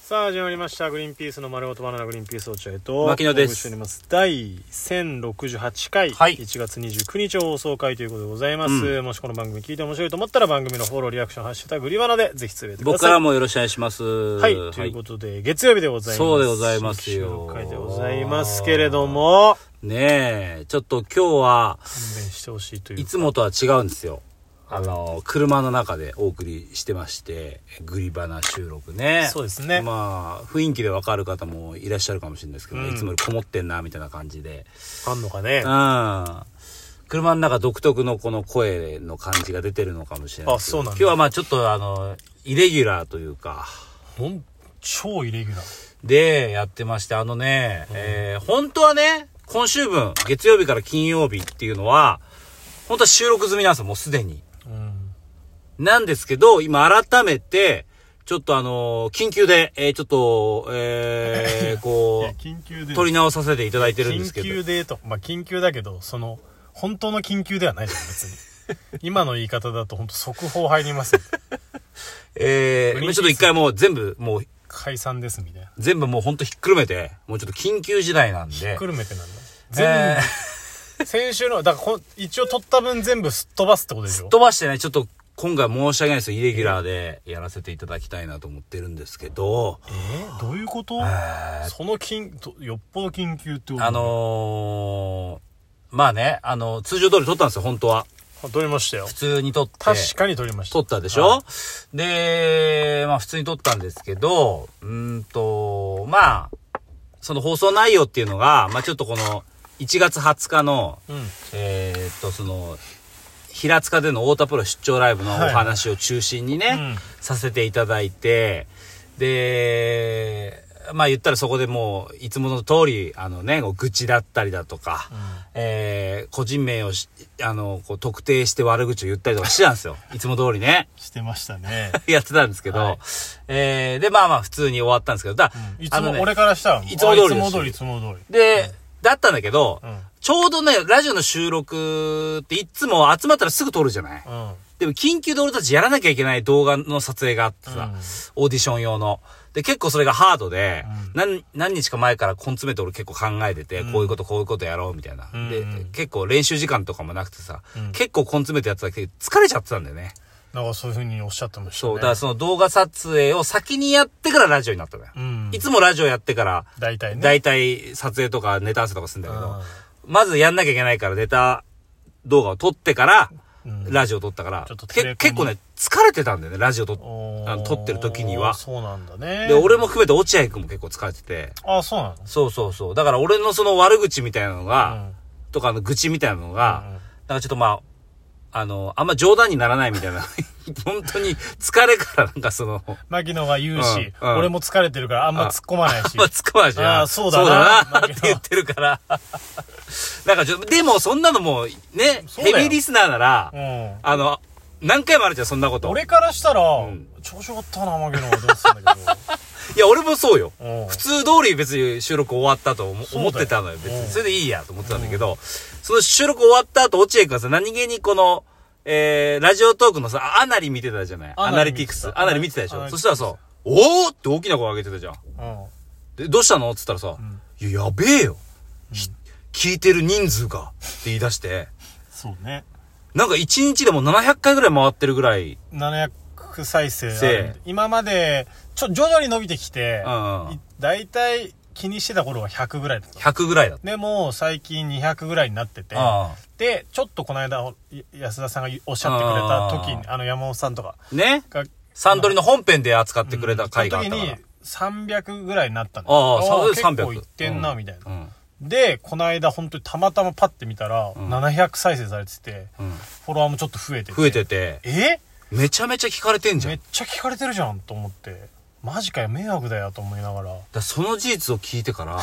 さあ始まりました「グリーンピースの丸ごとバナナグリーンピースお茶へ」と牧野ですお送りしております第1068回、はい1月29日放送回ということでございます、うもしこの番組聞いて面白いと思ったら番組のフォローリアクション「ハッシュタググリバナ」でぜひつぶやいてくだ僕さかいらもよろしくお願いします。ははい、ということで月曜日でございますそうでございますよ収録回でございますけれどもねえ、ちょっと今日は、勘弁してほしいといういつもとは違うんですよ。あの、車の中でお送りしてまして、グリバナ収録ね。そうですねまあ、雰囲気でわかる方もいらっしゃるかもしれないですけど、うんいつもよりこもってんな、みたいな感じで。あんのかねうん。車の中独特のこの声の感じが出てるのかもしれないですけどあそうなんだ今日はまあちょっとあの、イレギュラーというか、ほん超イレギュラーで、やってまして、あのね、えー本当はね、今週分、月曜日から金曜日っていうのは、本当は収録済みなんですよ、もうすでに。うんなんですけど、今改めて、ちょっとあのー緊急で、えーちょっと、 えーこ緊急う、で取り直させていただいてるんで緊すけど。急でとまあ緊急だけどその本当の緊急ではないじゃん別に 今の言い方だと本当速報入りますよえーグリーンピースちょっと一回もう全部、もう、解散ですみたいな全部もう本当ひっくるめて、もうちょっと緊急時代なんで。くるめてなんだ全え部ー、先週のだからこ一応取った分全部すっ飛ばすってことでしょ飛ばしてね、ちょっと今回申し訳ないですよ。イレギュラーでやらせていただきたいなと思ってるんですけど、えー、どういうことえその緊とよっぽど緊急ってことあのー、まあね、あの、通常通り撮ったんですよ、本当は。あ取りましたよ普通に撮って。確かに取りました撮ったでしはょで、まあ普通に撮ったんですけど、うーんと、まあ、その放送内容っていうのが、まあちょっとこの、1月20日の、いうんえーっと、その、平塚での太田プロ出張ライブのお話を中心にね、うんさせていただいて、で、まあ言ったらそこでもう、いつもの通り、あのね、こう愚痴だったりだとか、えー個人名をし、あの、こう特定して悪口を言ったりとかしてたんで すよ。いつも通りね。 してましたね、やってたんですけど、はいえーで、まあまあ普通に終わったんですけど、だ、いつ あのもね俺からしたらいつも通りですあいつも通りいつも通りで、だったんだけど、うんちょうどね、ラジオの収録っていつも集まったらすぐ撮るじゃない、うんでも緊急で俺たちやらなきゃいけない動画の撮影があってさ、うんオーディション用の。で、結構それがハードで、う何、何日か前からコン詰めて俺結構考えてて、こういうことこういうことやろうみたいな。うんで、結構練習時間とかもなくてさ、うん結構コン詰めてやってたけど、疲れちゃってたんだよね。なんかそういうふうにおっしゃってましたねそう、だからその動画撮影を先にやってからラジオになったのよ。うんいつもラジオやってから、大体ねだいたい撮影とかネタ合わせとかするんだけど、うまずやんなきゃいけないからネタ動画を撮ってから、んラジオ撮ったからちょっと、テレコンけ結構ね、疲れてたんだよね、ラジオ撮って。おーあの撮ってる時にはそうなんだねで、俺も含めて落合くんも結構疲れてて。あそうなのそうそうそう。だから俺のその悪口みたいなのうが、んとかあの愚痴みたいなのうんが、なんかちょっとまあ、あの、あんま冗談にならないみたいな。 本当に疲れからなんかその、牧野が言うし、うんうん俺も疲れてるからあんま突っ込まないしまあ、つくわじゃん。あーそうだなそうだなって言ってるから。なんかちょっと、でもそんなのもう、ね、そうだヘよビーリスナーなら、うんあの、何回もあるじゃん、そんなこと。俺からしたら、ん調子よかったな牧野はどうすんだけいや、俺もそうよ。 ど、うん普通通り別に収録終わったと思そうだよ思ってたのよ、別うんに。それでいいやと思ってたんだけど、その収録終わった後、落合くんがさ、何気にこの、えー、ラジオトークのさ、アナリ見てたじゃないアアナナリリ見テてィたクス。アナリ見てたでしアナょリそしたらさ、おーって大きな声上げてたじゃん。うんで、どうしたのって言ったらさ、いや、やべえよ。ひ聞いてる人数が、って言い出して、そうねなんか1日でも700回ぐらい回ってるぐらい、 700再生あるんでせ今までちょ徐々に伸びてきて、うんうんい大体気にしてた頃は100ぐらいだった100ぐらいだっでも最近200ぐらいになってて、た。うんでちょっとこの間おい安田さんがおっしゃってくれた時にあの山本さんとかねがサンドリの本編で扱ってくれた回があったから。その時に300ぐらいになったのああ、それで結300。構いってんなみたいな、うんでこの間本当にたまたまパッて見たら、700再生されててうんフォロワーもちょっと増えてて増えてて、えめちゃめちゃ聞かれてんじゃん。めっだかちゃ聞かれてるじゃんと思ってマジかよ迷惑だよと思いながららその事実を聞いてから、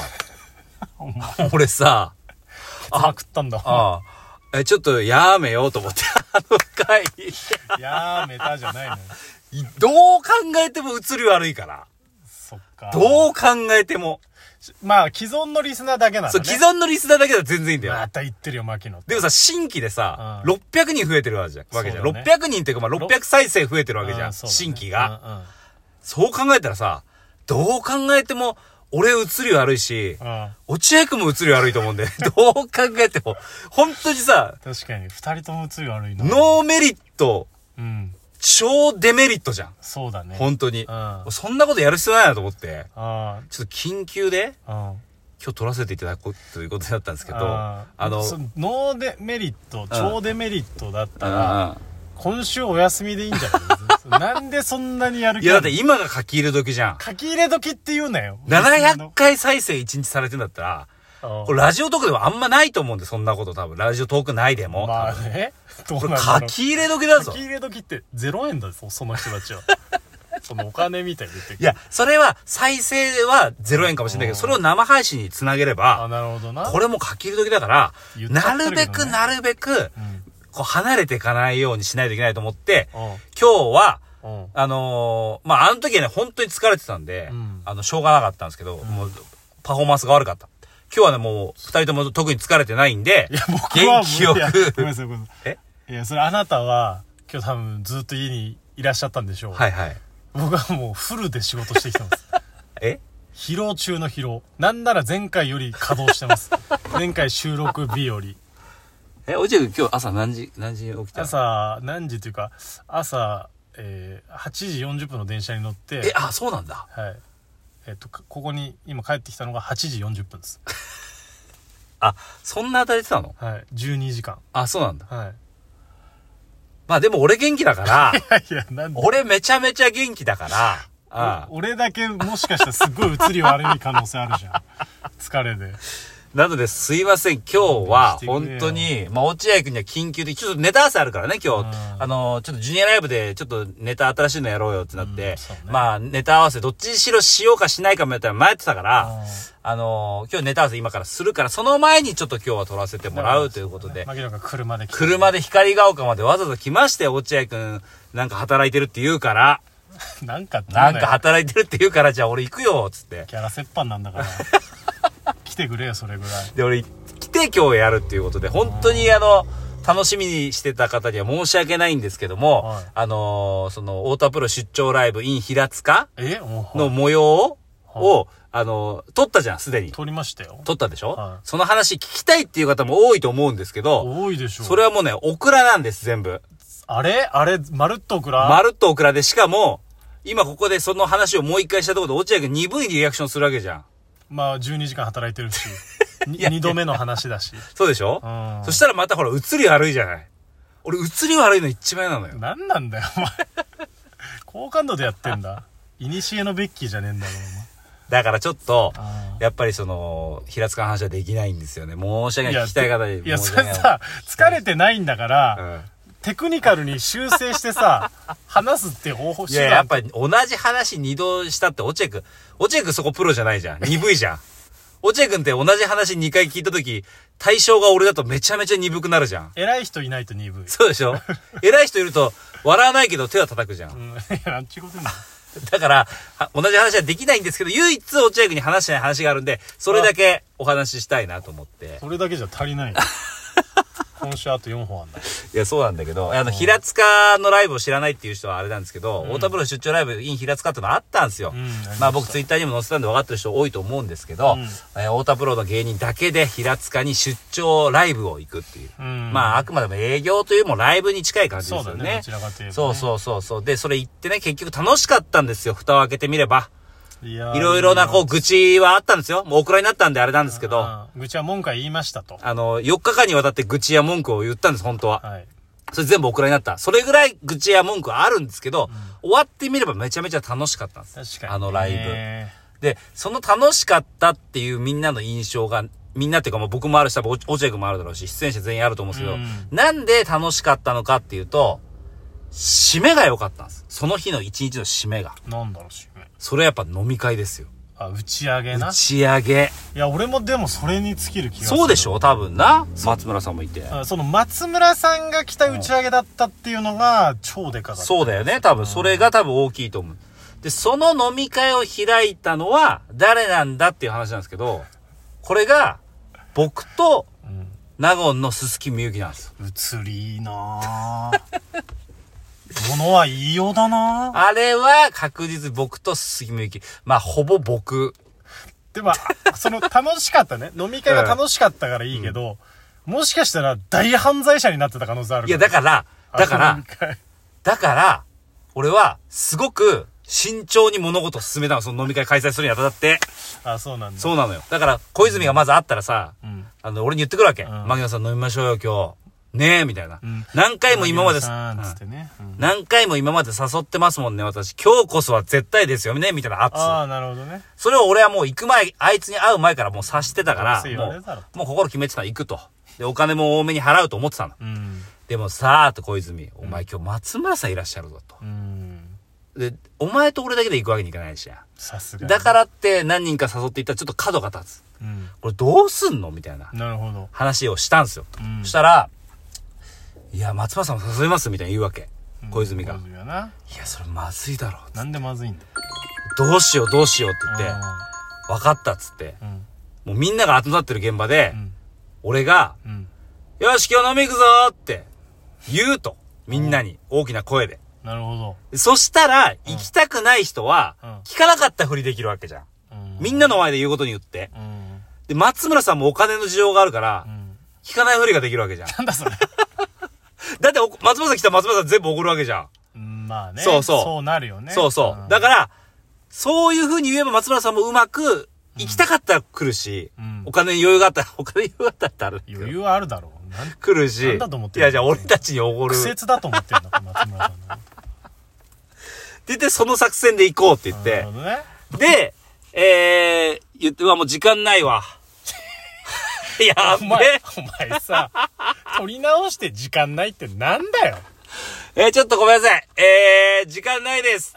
お前俺さ、まくったんだああ、え、ちょっとやめようと思って、 あの回、 やーめたじゃないのよどう考えても映り悪いから。そっかどう考えても。まあ既存のリスナーだけなのねそう、既存のリスナーだけだと全然いいんだよ。また言ってるよ牧野ってでもさ、新規でさ、うん600人増えてるわけじゃん。わけじゃんそうだね600人っていうか、まあ、600再生増えてるわけじゃ。うんそうだね新規が。うんうんそう考えたらさ、どう考えても、俺映り悪いし、うん落合くんも映り悪いと思うんで、 どう考えても、本当にさ、確かに二人とも映り悪いなノーメリット、うん超デメリットじゃん。そうだね本当にうん。あそんなことやる必要ないなと思って、あちょっと緊急で、うん今日撮らせていただこうということだったんですけど、ああーの、そノーデメリット超デメリットだったらあ今週お休みでいいんじゃ ないなんでそんなにやるー気いやだあっるて今が書き入れ時じゃん。書き入れ時って言うなよ700回再生1日されてんだったら、うんこれラジオトークでもあんまないと思うんで、そんなこと多分。ラジオトークないでも。まあ ねどうこなんれだろ書うき入れ時だ書ぞき。入れ時って0円だぞその人た ちはそのお金みたいに言ってくるいや、それは、再生は0円かもしれないけうど、んそれを生配信につなげれあば、なるほどなこれも書き入れ時だから、言っちゃなってるるけべどねくなるべく、こう離れていかないようにしないといけないと思って、う今日は、んうんうんあのーまあ、あの時はね、本当に疲れてたんで、うんあの、しょうがなかったんですけど、もう、パフォーマンスが悪かった。今日はね、もう、二人とも特に疲れてないんで、いや僕は元気よくいやごめんなさいごめんなさえいいやそれあなたは今日多分ずっと家にいらっしゃったんでしょう、はいはい。僕はもうフルで仕事してきてますえ疲労中の疲労なんなら前回より稼働してます 前回収録日よりえ、おじくん今日朝何時、何時に起きた朝何時というか朝、えー8時40分の電車に乗ってえ、あ、そうなんだ。はい。えっと、かここに今帰ってきたのが8時40分です。あ、そんな当たりてたのはい。12時間。あ、そうなんだ。はい。まあでも俺元気 だから、いや、なんで俺めちゃめちゃ元気だから、ああお俺だけもしかしたらすごい移り悪い可能性ある じゃん。疲れで。なのですいません、今日はしてくれよ本当に、まあ落合くんには緊急で、ちょっとネタ合わせあるからね、今日。うんあの、ちょっとジュニアライブでちょっとネタ新しいのやろうよってなって、うんそうねまあネタ合わせどっちにしろしようかしないかもやったら迷ってたから、あの、今日ネタ合わせ今からするから、その前にちょっと今日は撮らせてもらうということで。牧野が車で来て。車で光が丘までわざわざ来まして、落合くん、なんか働いてるって言うから、なんかってなんだかよ働いてるって言うから、じゃあ俺行くよ、つって。キャラ折半なんだから。来てくれよ、それぐらい。で、俺、来て今日やるっていうことで、本当にあの、楽しみにしてた方には申し訳ないんですけども、はいあのーその、太田プロ出張ライブ in 平塚えもう、の模様を、はいあのー撮ったじゃん、すでに。撮りましたよ。撮ったでしょ、はいその話聞きたいっていう方も多いと思うんですけど、多いでしょ。それはもうね、オクラなんです、全部。あれあれ、まるっとオクラまるっとオクラで、しかも、今ここでその話をもう一回したところで、落合君鈍いリアクションするわけじゃん。まあ、12時間働いて るし。いや2度目の話だし。そうでしょ、うん そしたらまたほら、映り悪いじゃない。俺、映り悪いの一番嫌なのよ。何なんだよお前好感度でやってんだいにしえのベッキーじゃねえんだろだからちょっとお、前やっぱりその、平塚の話はできないんですよね。申し訳ない。聞きたい方にいや申しそ訳れない。さ疲れてないんだから、うんテクニカルに修正して さ話すって方法い手や、段やっぱり同じ話二度したって、落合くん、落合くんそこプロじゃないじゃん。鈍いじゃん。落合くんって同じ話二回聞いたとき、対象が俺だとめちゃめちゃ鈍くなるじゃん。偉い人いないと鈍い、そうでしょ偉い人いると、笑わないけど手は叩くじゃ。うん ん、いやなんちゅうことなんだだから、は同じ話はできないんですけど、唯一落合くんに話してない話があるんで、それだけお話ししたいなと思って。それだけじゃ足りないよ 今週あと4本あんだいや、そうなんだけど、あの、平塚のライブを知らないっていう人はあれなんですけど、太田プロ出張ライブ in 平塚ってのあったんですよ。うんありましたまあ僕ツイッターにも載せたんで分かってる人多いと思うんですけど、うんえー太田プロの芸人だけで平塚に出張ライブを行くっていう。うんまああくまでも営業というよりもライブに近い感じでそうすよだね。ねどちらかというと、ね、そうそうそうそう。で、それ行ってね、結局楽しかったんですよ。蓋を開けてみれば。ういやいろいろな、こう、う愚痴はあったんですよ。もうお蔵になったんであれなんですけど、あん愚痴は文句は言いましたとの、4日間にわたって愚痴や文句を言ったんです、本当は。はいそれ全部お蔵になった。それぐらい愚痴や文句はあるんですけど、終わってみればめちゃめちゃ楽しかったんです。確かに、ね、あのライブ。で、その楽しかったっていうみんなの印象が、みんなっていうかもう僕もあるし、多分落合君もあるだろうし、出演者全員あると思うんですけど、うんなんで楽しかったのかっていうと、締めが良かったんです。その日の一日の締めが。なんだろうしそれはやっぱ飲み会ですよ。あ打ち上げな打ち上げ。いや、俺もでもそれに尽きる気がする。そうでしょ多分な。松村さんもいて。あその松村さんが来た打ち上げだったっていうのが超でかかった。そうだよね。多分、それが多分大きいと思う。で、その飲み会を開いたのは誰なんだっていう話なんですけど、これが僕とうん。納言の鈴木みゆきなんですよ。移りいいなぁ。 物は言いようだなあれは確実に僕と杉村ゆき。まあ、ほぼ僕。でも、あその楽しかった ね。飲み会が楽しかったからいいけど、もしかしたら大犯罪者になってた可能性あるいや、だかから、らだかあの飲らみ、会だから、俺は、すごく、慎重に物事を進めたの、その飲み会開催するにあたって。 あ、そうなんだ。そうなのよ。だから、小泉がまず会ったらさ、うん。あの、俺に言ってくるわけ。ん牧野さん飲みましょうよ、今日。ねえ、みたいな。ん何回も今まで、さんうんつってね。うん何回も今まで誘ってますもんね、私。今日こそは絶対ですよね、みたいな圧。ああ、なるほどね。それを俺はもう行く前、あいつに会う前からもう察してたから、そう言わもれうたら、もう心決めてたの、行くと。で、お金も多めに払うと思ってたの。うん。でもさあと小泉、お前今日松村さんいらっしゃるぞと。うん。で、お前と俺だけで行くわけにいかないしや。さすが。だか。らって何人か誘っていったらちょっと角が立つ。うん。これどうすんのみたいななるほど。話をしたんですよ。うんそしたら、いや、松村さんも誘いますみたいな言うわけ。小泉が。小泉がな。いや、それまずいだろう。なんでまずいんだどうしようどうしようって言って、分かったっつって、うん。もうみんなが集まってる現場で、うん。俺が、うん。よし、今日飲み行くぞーって、言うと。みんなに、大きな声で。なるほど。そしたら、行きたくない人はうん、聞かなかったふりできるわけじゃん。うんみんなの前で言うことによって。うん。で、松村さんもお金の事情があるからう、ん。聞かないふりができるわけじゃん。なんだそれ。 だってお、松村さん来たら松村さん全部怒るわけじゃん。うんまあね。そうそうそうなるよね。そうそう。だら。から、そういうふうに言えば松村さんもうまく、行きたかったら来るし、うんお金に余裕があったら、 お金に余裕があったらってあるけど余裕はあるだろう。なん来るし。なんだと思っているのや、じゃあ俺たちにおごる。苦って節だと思ってんのか、松村さんの。言って、その作戦で行こうって言っなてるほ。どね。で、えー、言って、うわ、もう時間な いわ。やっおべ前、お前さ、取り直して時間ないってなんだよ。えー、ちょっとごめんなさい。えー、時間ないです。